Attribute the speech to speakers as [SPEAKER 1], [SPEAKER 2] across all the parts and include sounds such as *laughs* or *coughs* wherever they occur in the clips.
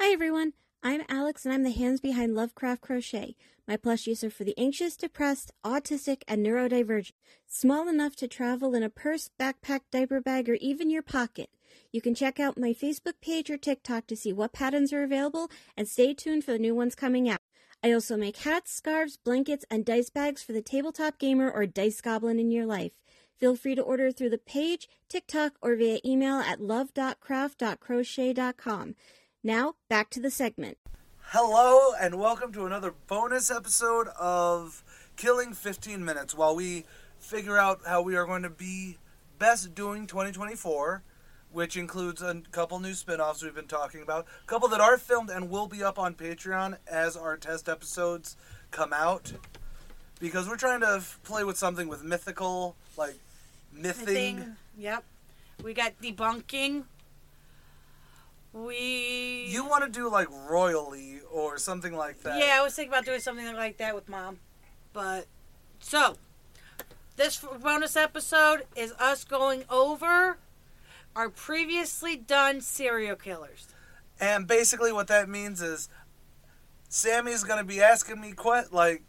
[SPEAKER 1] everyone, I'm Alex and I'm the hands behind Lovecraft Crochet. My plushies are for the anxious, depressed, autistic, and neurodivergent. Small enough to travel in a purse, backpack, diaper bag, or even your pocket. You can check out my Facebook page or TikTok to see what patterns are available and stay tuned for the new ones coming out. I also make hats, scarves, blankets, and dice bags for the tabletop gamer or dice goblin in your life. Feel free to order through the page, TikTok, or via email at love.craft.crochet.com. Now, back to the segment.
[SPEAKER 2] Hello, and welcome to another bonus episode of Killing 15 Minutes while we figure out how we are going to be best doing 2024, which includes a couple new spin offs we've been talking about, a couple that are filmed and will be up on Patreon as our test episodes come out. Because we're trying to f- play with something with mythical, like mything.
[SPEAKER 3] thing. Yep. We got debunking. We.
[SPEAKER 2] You want to do like royally or something like that.
[SPEAKER 3] Yeah, I was thinking about doing something like that with mom, but so this f- bonus episode is us going over our previously done serial killers. *laughs*
[SPEAKER 2] And basically, what that means is Sammy's going to be asking me, quite like,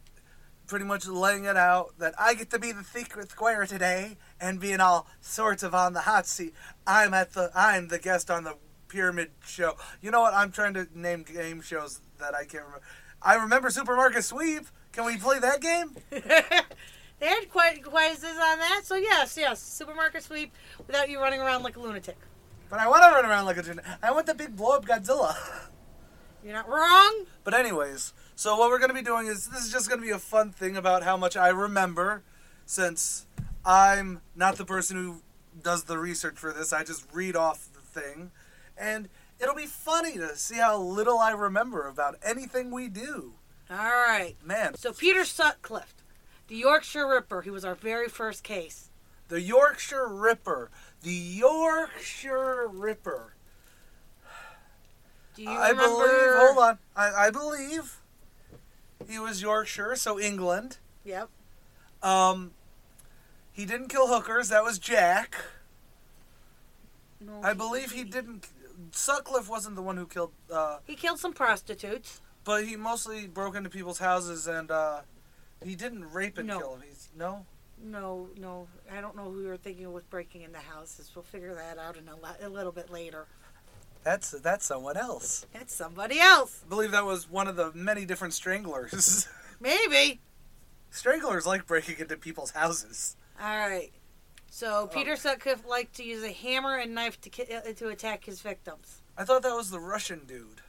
[SPEAKER 2] pretty much laying it out that I get to be the secret square today and being all sorts of on the hot seat. I'm at the I'm the guest on the pyramid show. You know what? I'm trying to name game shows that I can't remember. I remember Supermarket Sweep. Can we play that game?
[SPEAKER 3] they had quite quizzes on that, so yes, yes, supermarket sweep without you running around like a lunatic.
[SPEAKER 2] But I want to run around like a gin. I want the big blow up Godzilla. *laughs*
[SPEAKER 3] You're not wrong.
[SPEAKER 2] But anyways, so what we're gonna be doing is this is just gonna be a fun thing about how much I remember, since I'm not the person who does the research for this. I just read off the thing, and it'll be funny to see how little I remember about anything we do.
[SPEAKER 3] All right.
[SPEAKER 2] Man,
[SPEAKER 3] So Peter Sutcliffe, the Yorkshire Ripper, he was our very first case.
[SPEAKER 2] the Yorkshire Ripper, the Yorkshire Ripper.
[SPEAKER 3] Do you
[SPEAKER 2] I
[SPEAKER 3] remember?
[SPEAKER 2] believe. Hold on, I, I believe he was Yorkshire, so England.
[SPEAKER 3] Yep.
[SPEAKER 2] Um, he didn't kill hookers. That was Jack.
[SPEAKER 3] No,
[SPEAKER 2] I believe he didn't. Sutcliffe wasn't the one who killed, uh,
[SPEAKER 3] He killed some prostitutes.
[SPEAKER 2] but he mostly broke into people's houses and uh, he didn't rape and
[SPEAKER 3] No.
[SPEAKER 2] kill. He's no.
[SPEAKER 3] No, no, I don't know who you were thinking with breaking in the houses. We'll figure that out in a, li- a little bit later.
[SPEAKER 2] That's that's someone else.
[SPEAKER 3] That's somebody else,
[SPEAKER 2] I believe that was one of the many different stranglers. *laughs*
[SPEAKER 3] maybe.
[SPEAKER 2] stranglers like breaking into people's houses.
[SPEAKER 3] All right.
[SPEAKER 2] Oh.
[SPEAKER 3] So Peter Sutcliffe liked to use a hammer and knife to ki- uh, to attack his victims.
[SPEAKER 2] I thought that was the Russian dude.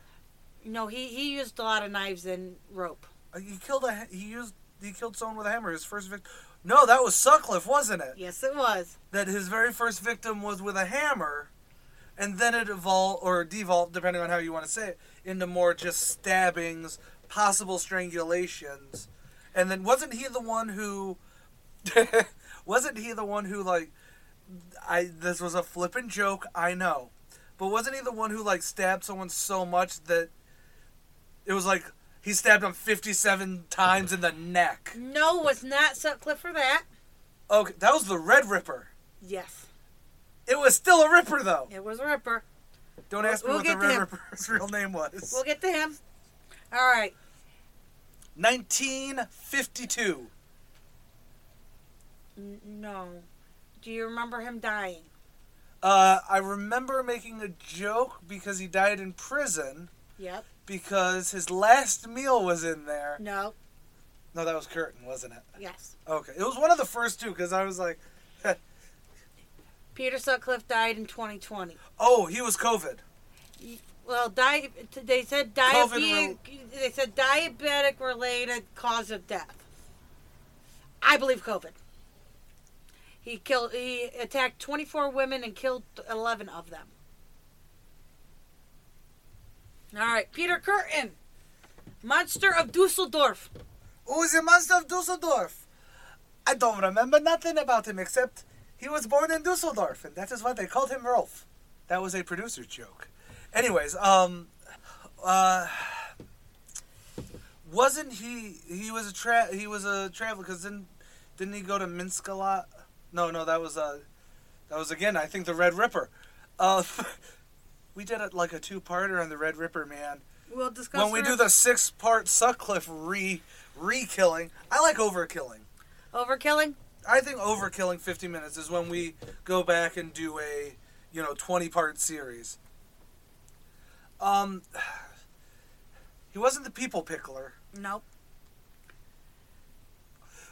[SPEAKER 3] No, he he used a lot of knives and rope.
[SPEAKER 2] Uh, He killed a ha- he used he killed someone with a hammer. His first victim. No, that was Sutcliffe, wasn't it?
[SPEAKER 3] Yes, it was.
[SPEAKER 2] that his very first victim was with a hammer, and then it evolved or devolved, depending on how you want to say it, into more just stabbings, possible strangulations, and then wasn't he the one who, *laughs* wasn't he the one who like, I this was a flippin' joke, I know, but wasn't he the one who like stabbed someone so much that it was like he stabbed him fifty-seven times in the neck?
[SPEAKER 3] No, was not Sutcliffe for that.
[SPEAKER 2] Okay, that was the Red Ripper.
[SPEAKER 3] Yes,
[SPEAKER 2] It was still a Ripper though.
[SPEAKER 3] it was a Ripper.
[SPEAKER 2] Don't ask me
[SPEAKER 3] We'll
[SPEAKER 2] what the
[SPEAKER 3] get to
[SPEAKER 2] Red
[SPEAKER 3] him.
[SPEAKER 2] Ripper's real *laughs* name was.
[SPEAKER 3] We'll get to him. All right.
[SPEAKER 2] 1952.
[SPEAKER 3] N- no. Do you remember him dying?
[SPEAKER 2] Uh, I remember making a joke because he died in prison
[SPEAKER 3] Yep.
[SPEAKER 2] because his last meal was in there.
[SPEAKER 3] No.
[SPEAKER 2] No, that was Curtin, wasn't it?
[SPEAKER 3] Yes.
[SPEAKER 2] Okay. It was one of the first two because I was like,
[SPEAKER 3] Peter Sutcliffe died in 2020.
[SPEAKER 2] oh, he was COVID.
[SPEAKER 3] Well, di- they said
[SPEAKER 2] COVID
[SPEAKER 3] diabetic. They said diabetic related cause of death. I believe COVID. He killed. He attacked 24 women and killed 11 of them. All right, Peter Curtin, monster of Dusseldorf.
[SPEAKER 2] Who is the monster of Dusseldorf? I don't remember nothing about him except he was born in Dusseldorf, and that is why they called him Rolf. That was a producer joke. Anyways, um, uh, wasn't he? He was a tra- he was a traveler because didn't didn't he go to Minsk a lot? No, no, that was uh, that was again. I think the Red Ripper. Uh, *laughs* we did it like a two-parter on the Red Ripper man.
[SPEAKER 3] We'll discuss
[SPEAKER 2] When we do the six-part Sutcliffe re re-killing, I like overkilling.
[SPEAKER 3] overkilling.
[SPEAKER 2] I think overkilling 50 minutes is when we go back and do a, you know, 20 part series. Um, *sighs* he wasn't the people pickler.
[SPEAKER 3] Nope.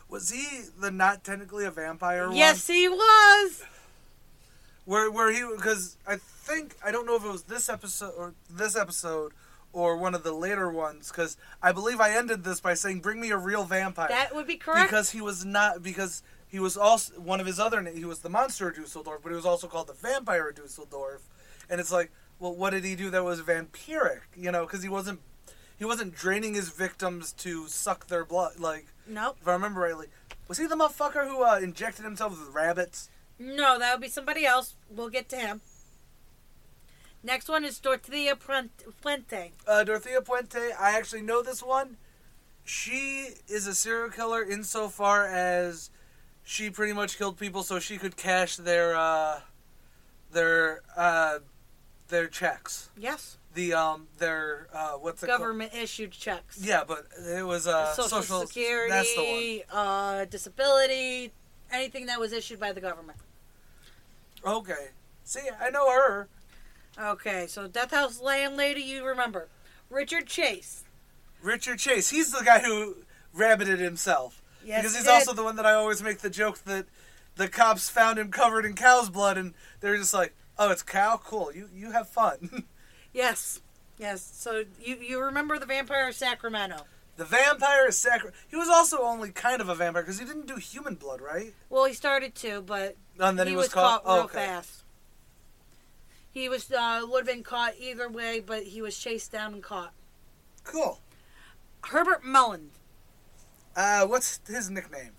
[SPEAKER 2] Was he the not technically a vampire one?
[SPEAKER 3] Yes, he was.
[SPEAKER 2] Where where he because I think I don't know if it was this episode or this episode or one of the later ones because I believe I ended this by saying bring me a real vampire.
[SPEAKER 3] That would be correct.
[SPEAKER 2] Because he was not because he was also one of his other na- he was the monster of Dusseldorf, but he was also called the vampire of Dusseldorf, and it's like, well, what did he do that was vampiric? You know, because he wasn't he wasn't draining his victims to suck their blood. Like
[SPEAKER 3] nope.
[SPEAKER 2] if I remember rightly, was he the motherfucker who uh, injected himself with rabbits?
[SPEAKER 3] No, that would be somebody else. We'll get to him. Next one is Dorothea Pren- Fuente.
[SPEAKER 2] Uh, Dorothea Puente, I actually know this one. She is a serial killer insofar as she pretty much killed people so she could cash their uh, their uh, their checks.
[SPEAKER 3] Yes.
[SPEAKER 2] The um their uh, what's it
[SPEAKER 3] Government issued checks.
[SPEAKER 2] called? Yeah, but it was uh,
[SPEAKER 3] Social, Security,
[SPEAKER 2] That's the one.
[SPEAKER 3] Uh, disability, anything that was issued by the government.
[SPEAKER 2] Okay, see, I know her.
[SPEAKER 3] Okay, so Death House landlady, you remember. Richard Chase.
[SPEAKER 2] Richard Chase. He's the guy who rabbited himself.
[SPEAKER 3] Yes,
[SPEAKER 2] because
[SPEAKER 3] he
[SPEAKER 2] he's
[SPEAKER 3] did.
[SPEAKER 2] also the one that I always make the joke that the cops found him covered in cow's blood, and they're just like, "Oh, it's cow. Cool. You you have fun." *laughs*
[SPEAKER 3] Yes. Yes. So you, you remember the vampire of Sacramento.
[SPEAKER 2] the vampire is sacri- He was also only kind of a vampire because he didn't do human blood, right?
[SPEAKER 3] Well, he started to, but
[SPEAKER 2] And then
[SPEAKER 3] he,
[SPEAKER 2] he,
[SPEAKER 3] was,
[SPEAKER 2] caught. Oh,
[SPEAKER 3] caught, Oh, real
[SPEAKER 2] okay.
[SPEAKER 3] fast. He was uh, would have been caught either way, but he was chased down and caught.
[SPEAKER 2] Cool.
[SPEAKER 3] Herbert Mullen,
[SPEAKER 2] Uh, what's his nickname?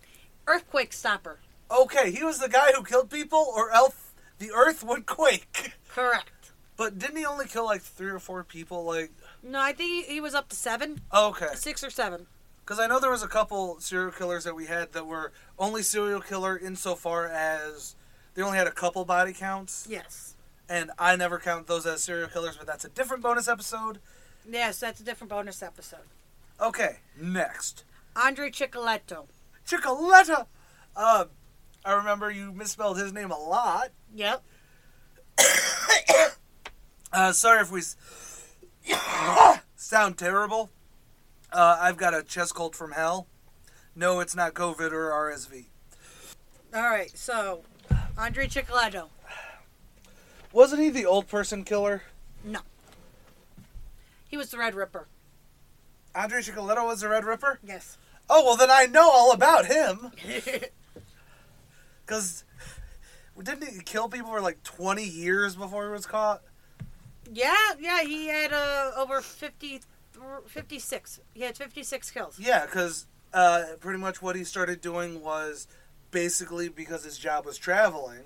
[SPEAKER 3] earthquake stopper.
[SPEAKER 2] Okay, he was the guy who killed people, or else the earth would *laughs* quake.
[SPEAKER 3] Correct.
[SPEAKER 2] But didn't he only kill like three or four people? Like,
[SPEAKER 3] No, I think he, he was up to seven,
[SPEAKER 2] okay.
[SPEAKER 3] six or seven.
[SPEAKER 2] Because I know there was a couple serial killers that we had that were only serial killer insofar as they only had a couple body counts,
[SPEAKER 3] Yes.
[SPEAKER 2] and I never count those as serial killers, but that's a different bonus episode.
[SPEAKER 3] Yes, that's a different bonus episode.
[SPEAKER 2] Okay, next,
[SPEAKER 3] Andre Chicoletto.
[SPEAKER 2] Chicoletta. Uh, I remember you misspelled his name a lot.
[SPEAKER 3] Yep.
[SPEAKER 2] Uh, sorry if we s- *coughs* sound terrible. Uh, I've got a chest cold from hell. No, it's not COVID or RSV.
[SPEAKER 3] All right. So, Andre Chicoletto.
[SPEAKER 2] Wasn't he the old person killer?
[SPEAKER 3] No. He was the Red Ripper.
[SPEAKER 2] Andre Chicoletto was the Red Ripper?
[SPEAKER 3] Yes.
[SPEAKER 2] Oh, well, then I know all about him. Because didn't he kill people for like 20 years before he was caught?
[SPEAKER 3] Yeah, yeah, he had uh, over 50, 56. He had 56 kills.
[SPEAKER 2] Yeah, because uh, pretty much what he started doing was basically because his job was traveling,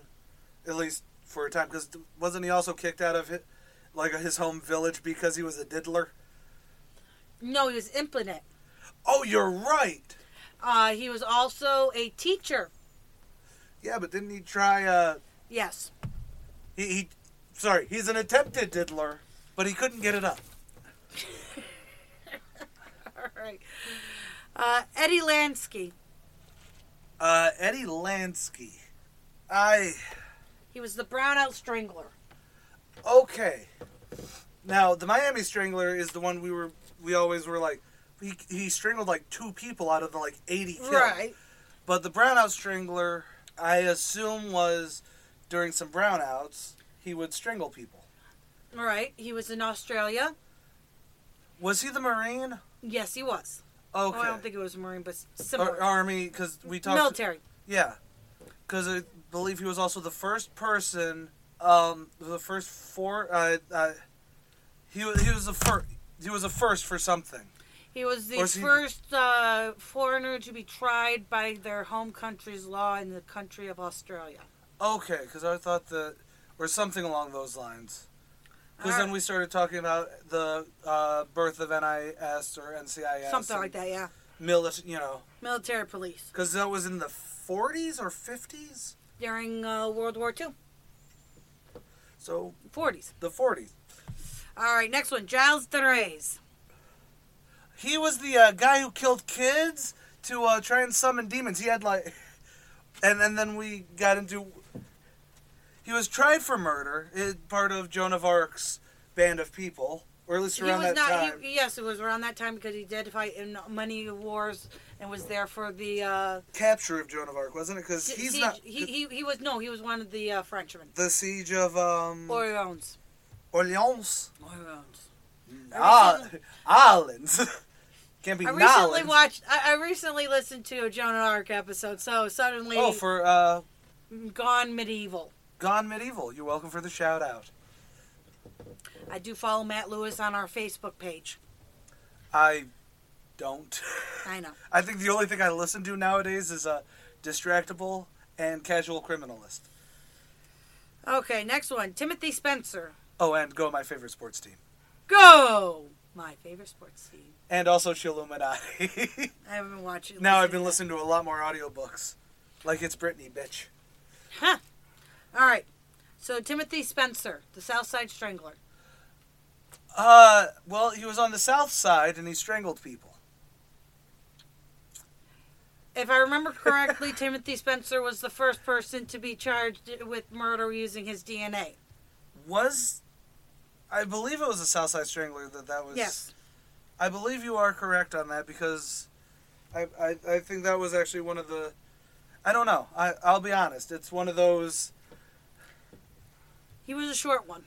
[SPEAKER 2] at least for a time. Because wasn't he also kicked out of his, like his home village because he was a diddler?
[SPEAKER 3] No, he was implement.
[SPEAKER 2] Oh, you're right.
[SPEAKER 3] Uh, he was also a teacher.
[SPEAKER 2] Yeah, but didn't he try? Uh,
[SPEAKER 3] Yes. *laughs*
[SPEAKER 2] he, he, sorry, he's an attempted diddler, but he couldn't get it up.
[SPEAKER 3] All right. Uh, Eddie Lansky.
[SPEAKER 2] Uh, Eddie Lansky. I
[SPEAKER 3] He was the brownout strangler.
[SPEAKER 2] okay. Now the Miami Strangler is the one we were we always were like he, he strangled like two people out of the like eighty kills. But the Brownout Strangler, I assume, was during some brownouts he would strangle people.
[SPEAKER 3] Right. He was in Australia.
[SPEAKER 2] Was he the Marine?
[SPEAKER 3] Yes, he was.
[SPEAKER 2] Okay.
[SPEAKER 3] Oh, I don't think it was Marine, but similar.
[SPEAKER 2] Or Army, because we talked.
[SPEAKER 3] Military.
[SPEAKER 2] Yeah, because I believe he was also the first person, um, the first four. Uh, uh, he was he was the first. He was a first for something.
[SPEAKER 3] He was the
[SPEAKER 2] Or is he-
[SPEAKER 3] first uh, foreigner to be tried by their home country's law in the country of Australia.
[SPEAKER 2] Okay, because I thought that, or something along those lines. Because then
[SPEAKER 3] Alright.
[SPEAKER 2] we started talking about the uh, birth of NIS or NCIS,
[SPEAKER 3] Something
[SPEAKER 2] and
[SPEAKER 3] like that, yeah.
[SPEAKER 2] Mili- you know,
[SPEAKER 3] Military police
[SPEAKER 2] because that was in the 40s or 50s,
[SPEAKER 3] during uh, World War II,
[SPEAKER 2] so
[SPEAKER 3] 40s.
[SPEAKER 2] the 40s.
[SPEAKER 3] All right, next one, Giles Derez.
[SPEAKER 2] He was the uh, guy who killed kids to uh, try and summon demons. He had like, *laughs* and and then we got into. He was tried for murder, it, part of Joan of Arc's band of people, or at least
[SPEAKER 3] He
[SPEAKER 2] around
[SPEAKER 3] was
[SPEAKER 2] that
[SPEAKER 3] not.
[SPEAKER 2] time.
[SPEAKER 3] He, yes, it was around that time because he did fight in many wars and was there for the. Uh,
[SPEAKER 2] Capture of Joan of Arc, wasn't it? Because
[SPEAKER 3] si-
[SPEAKER 2] he's
[SPEAKER 3] siege-
[SPEAKER 2] not
[SPEAKER 3] He, he he was no. He was one of the uh, Frenchmen.
[SPEAKER 2] the siege of um,
[SPEAKER 3] Orleans.
[SPEAKER 2] Orleans,
[SPEAKER 3] Orleans.
[SPEAKER 2] ah, *laughs* Islands. Can't be
[SPEAKER 3] I recently
[SPEAKER 2] Nolans.
[SPEAKER 3] watched. I, I recently listened to a Joan of Arc episode, so suddenly
[SPEAKER 2] Oh, for uh,
[SPEAKER 3] gone medieval.
[SPEAKER 2] Gone Medieval. You're welcome for the shout out.
[SPEAKER 3] I do follow Matt Lewis on our Facebook page.
[SPEAKER 2] I don't.
[SPEAKER 3] I know.
[SPEAKER 2] I think the only thing I listen to nowadays is uh, Distractable and Casual Criminalist.
[SPEAKER 3] Okay, next one, Timothy Spencer.
[SPEAKER 2] Oh, and Go My Favorite Sports Team.
[SPEAKER 3] Go, my favorite sports team.
[SPEAKER 2] And also Chilluminati.
[SPEAKER 3] I haven't been watching.
[SPEAKER 2] *laughs* now I've been listening to a lot more audiobooks. Like it's Britney, bitch.
[SPEAKER 3] All right, so Timothy Spencer, the Southside Strangler.
[SPEAKER 2] Uh, well, he was on the South Side and he strangled people.
[SPEAKER 3] If I remember correctly, Timothy Spencer was the first person to be charged with murder using his DNA.
[SPEAKER 2] Was. I believe it was the South Side Strangler that that was.
[SPEAKER 3] Yes.
[SPEAKER 2] I believe you are correct on that because I, I, I think that was actually one of the. I don't know. I, I'll be honest. It's one of those.
[SPEAKER 3] He was a short one.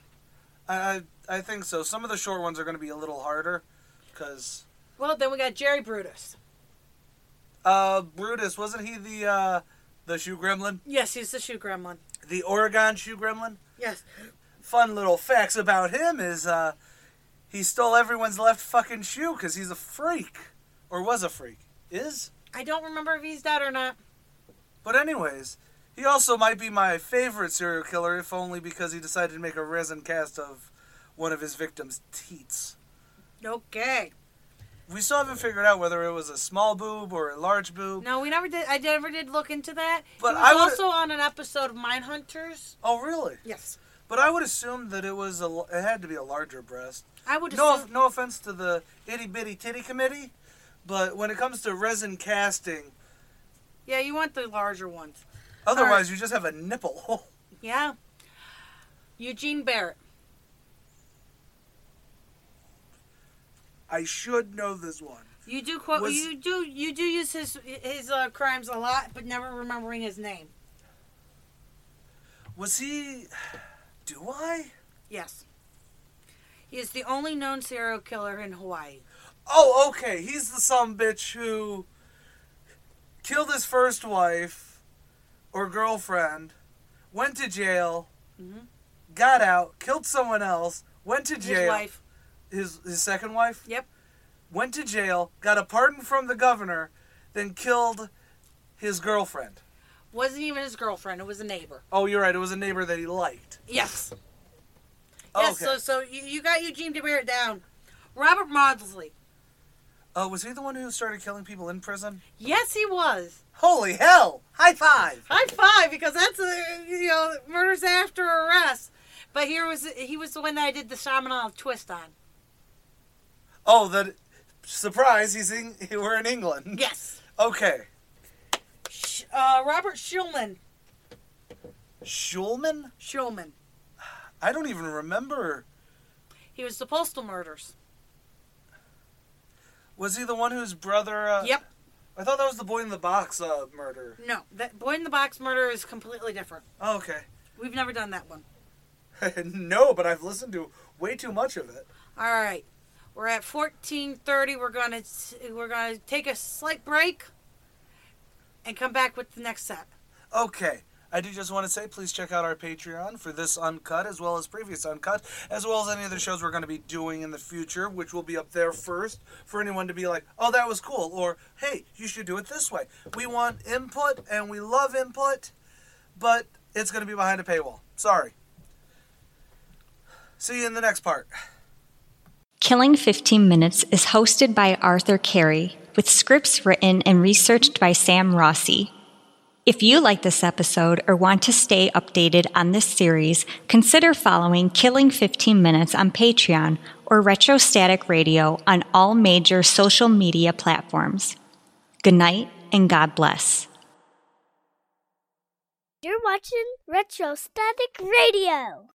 [SPEAKER 2] I, I, I think so. Some of the short ones are going to be a little harder because.
[SPEAKER 3] Well, then we got Jerry Brutus.
[SPEAKER 2] Uh, Brutus, wasn't he the uh, the shoe gremlin?
[SPEAKER 3] Yes, he's the shoe gremlin.
[SPEAKER 2] The Oregon shoe gremlin?
[SPEAKER 3] Yes.
[SPEAKER 2] Fun little facts about him is uh, he stole everyone's left fucking shoe because he's a freak. Or was a freak. Is?
[SPEAKER 3] I don't remember if he's dead or not.
[SPEAKER 2] But anyways, he also might be my favorite serial killer, if only because he decided to make a resin cast of one of his victims' teats.
[SPEAKER 3] Okay.
[SPEAKER 2] We still haven't figured out whether it was a small boob or a large boob.
[SPEAKER 3] No, we never did. I never did look into that.
[SPEAKER 2] But
[SPEAKER 3] he
[SPEAKER 2] I
[SPEAKER 3] was
[SPEAKER 2] would-
[SPEAKER 3] also on an episode of Mindhunters.
[SPEAKER 2] Oh, really?
[SPEAKER 3] Yes.
[SPEAKER 2] But I would assume that it was a. l- It had to be a larger breast.
[SPEAKER 3] I would
[SPEAKER 2] No,
[SPEAKER 3] assume.
[SPEAKER 2] no offense to the itty bitty titty committee, but when it comes to resin casting,
[SPEAKER 3] Yeah, you want the larger ones.
[SPEAKER 2] otherwise you just have a nipple.
[SPEAKER 3] Yeah. Eugene Barrett.
[SPEAKER 2] *laughs* I should know this one.
[SPEAKER 3] You do quote.
[SPEAKER 2] Was-
[SPEAKER 3] You do. You do use his his uh, crimes a lot, but never remembering his name.
[SPEAKER 2] Was he? *sighs* Do I?
[SPEAKER 3] Yes. He is the only known serial killer in Hawaii.
[SPEAKER 2] Oh, okay. He's the some bitch who killed his first wife or girlfriend, went to jail,
[SPEAKER 3] Mhm.
[SPEAKER 2] got out, killed someone else, went to
[SPEAKER 3] His
[SPEAKER 2] jail.
[SPEAKER 3] wife.
[SPEAKER 2] His his second wife.
[SPEAKER 3] Yep.
[SPEAKER 2] Went to jail, got a pardon from the governor, then killed his girlfriend.
[SPEAKER 3] Wasn't even his girlfriend. It was a neighbor.
[SPEAKER 2] Oh, you're right. It was a neighbor that he liked.
[SPEAKER 3] Yes. Yes.
[SPEAKER 2] *laughs* okay.
[SPEAKER 3] So so you, you got Eugene DeBarrett down. Robert Maudsley.
[SPEAKER 2] Uh, was he the one who started killing people in prison?
[SPEAKER 3] Yes, he was.
[SPEAKER 2] Holy hell! High five.
[SPEAKER 3] High five because that's a, you know murders after arrest. But here was he was the one that I did the shaman twist on.
[SPEAKER 2] *laughs* Oh, that surprise! He's in. *laughs* We're in England.
[SPEAKER 3] Yes.
[SPEAKER 2] Okay.
[SPEAKER 3] Sh- uh, Robert Shulman.
[SPEAKER 2] Schulman?
[SPEAKER 3] Shulman.
[SPEAKER 2] I don't even remember.
[SPEAKER 3] He was the postal murders.
[SPEAKER 2] Was he the one whose brother? Uh,
[SPEAKER 3] yep.
[SPEAKER 2] I thought that was the boy in the box uh, murder.
[SPEAKER 3] No, that boy in the box murder is completely different.
[SPEAKER 2] Oh, okay. *laughs*
[SPEAKER 3] We've never done that one.
[SPEAKER 2] no, but I've listened to way too much of it.
[SPEAKER 3] All right. We're at 14:30. We're going to we're going to take a slight break and come back with the next set.
[SPEAKER 2] Okay. I do just want to say, please check out our Patreon for this uncut, as well as previous uncut, as well as any other shows we're going to be doing in the future, which will be up there first for anyone to be like, oh, that was cool, or hey, you should do it this way. We want input, and we love input, but it's going to be behind a paywall. Sorry. See you in the next part.
[SPEAKER 4] Killing 15 Minutes is hosted by Arthur Carey, with scripts written and researched by Sam Rossi. If you like this episode or want to stay updated on this series, consider following Killing 15 Minutes on Patreon or Retrostatic Radio on all major social media platforms. Good night and God bless.
[SPEAKER 5] You're watching Retrostatic Radio.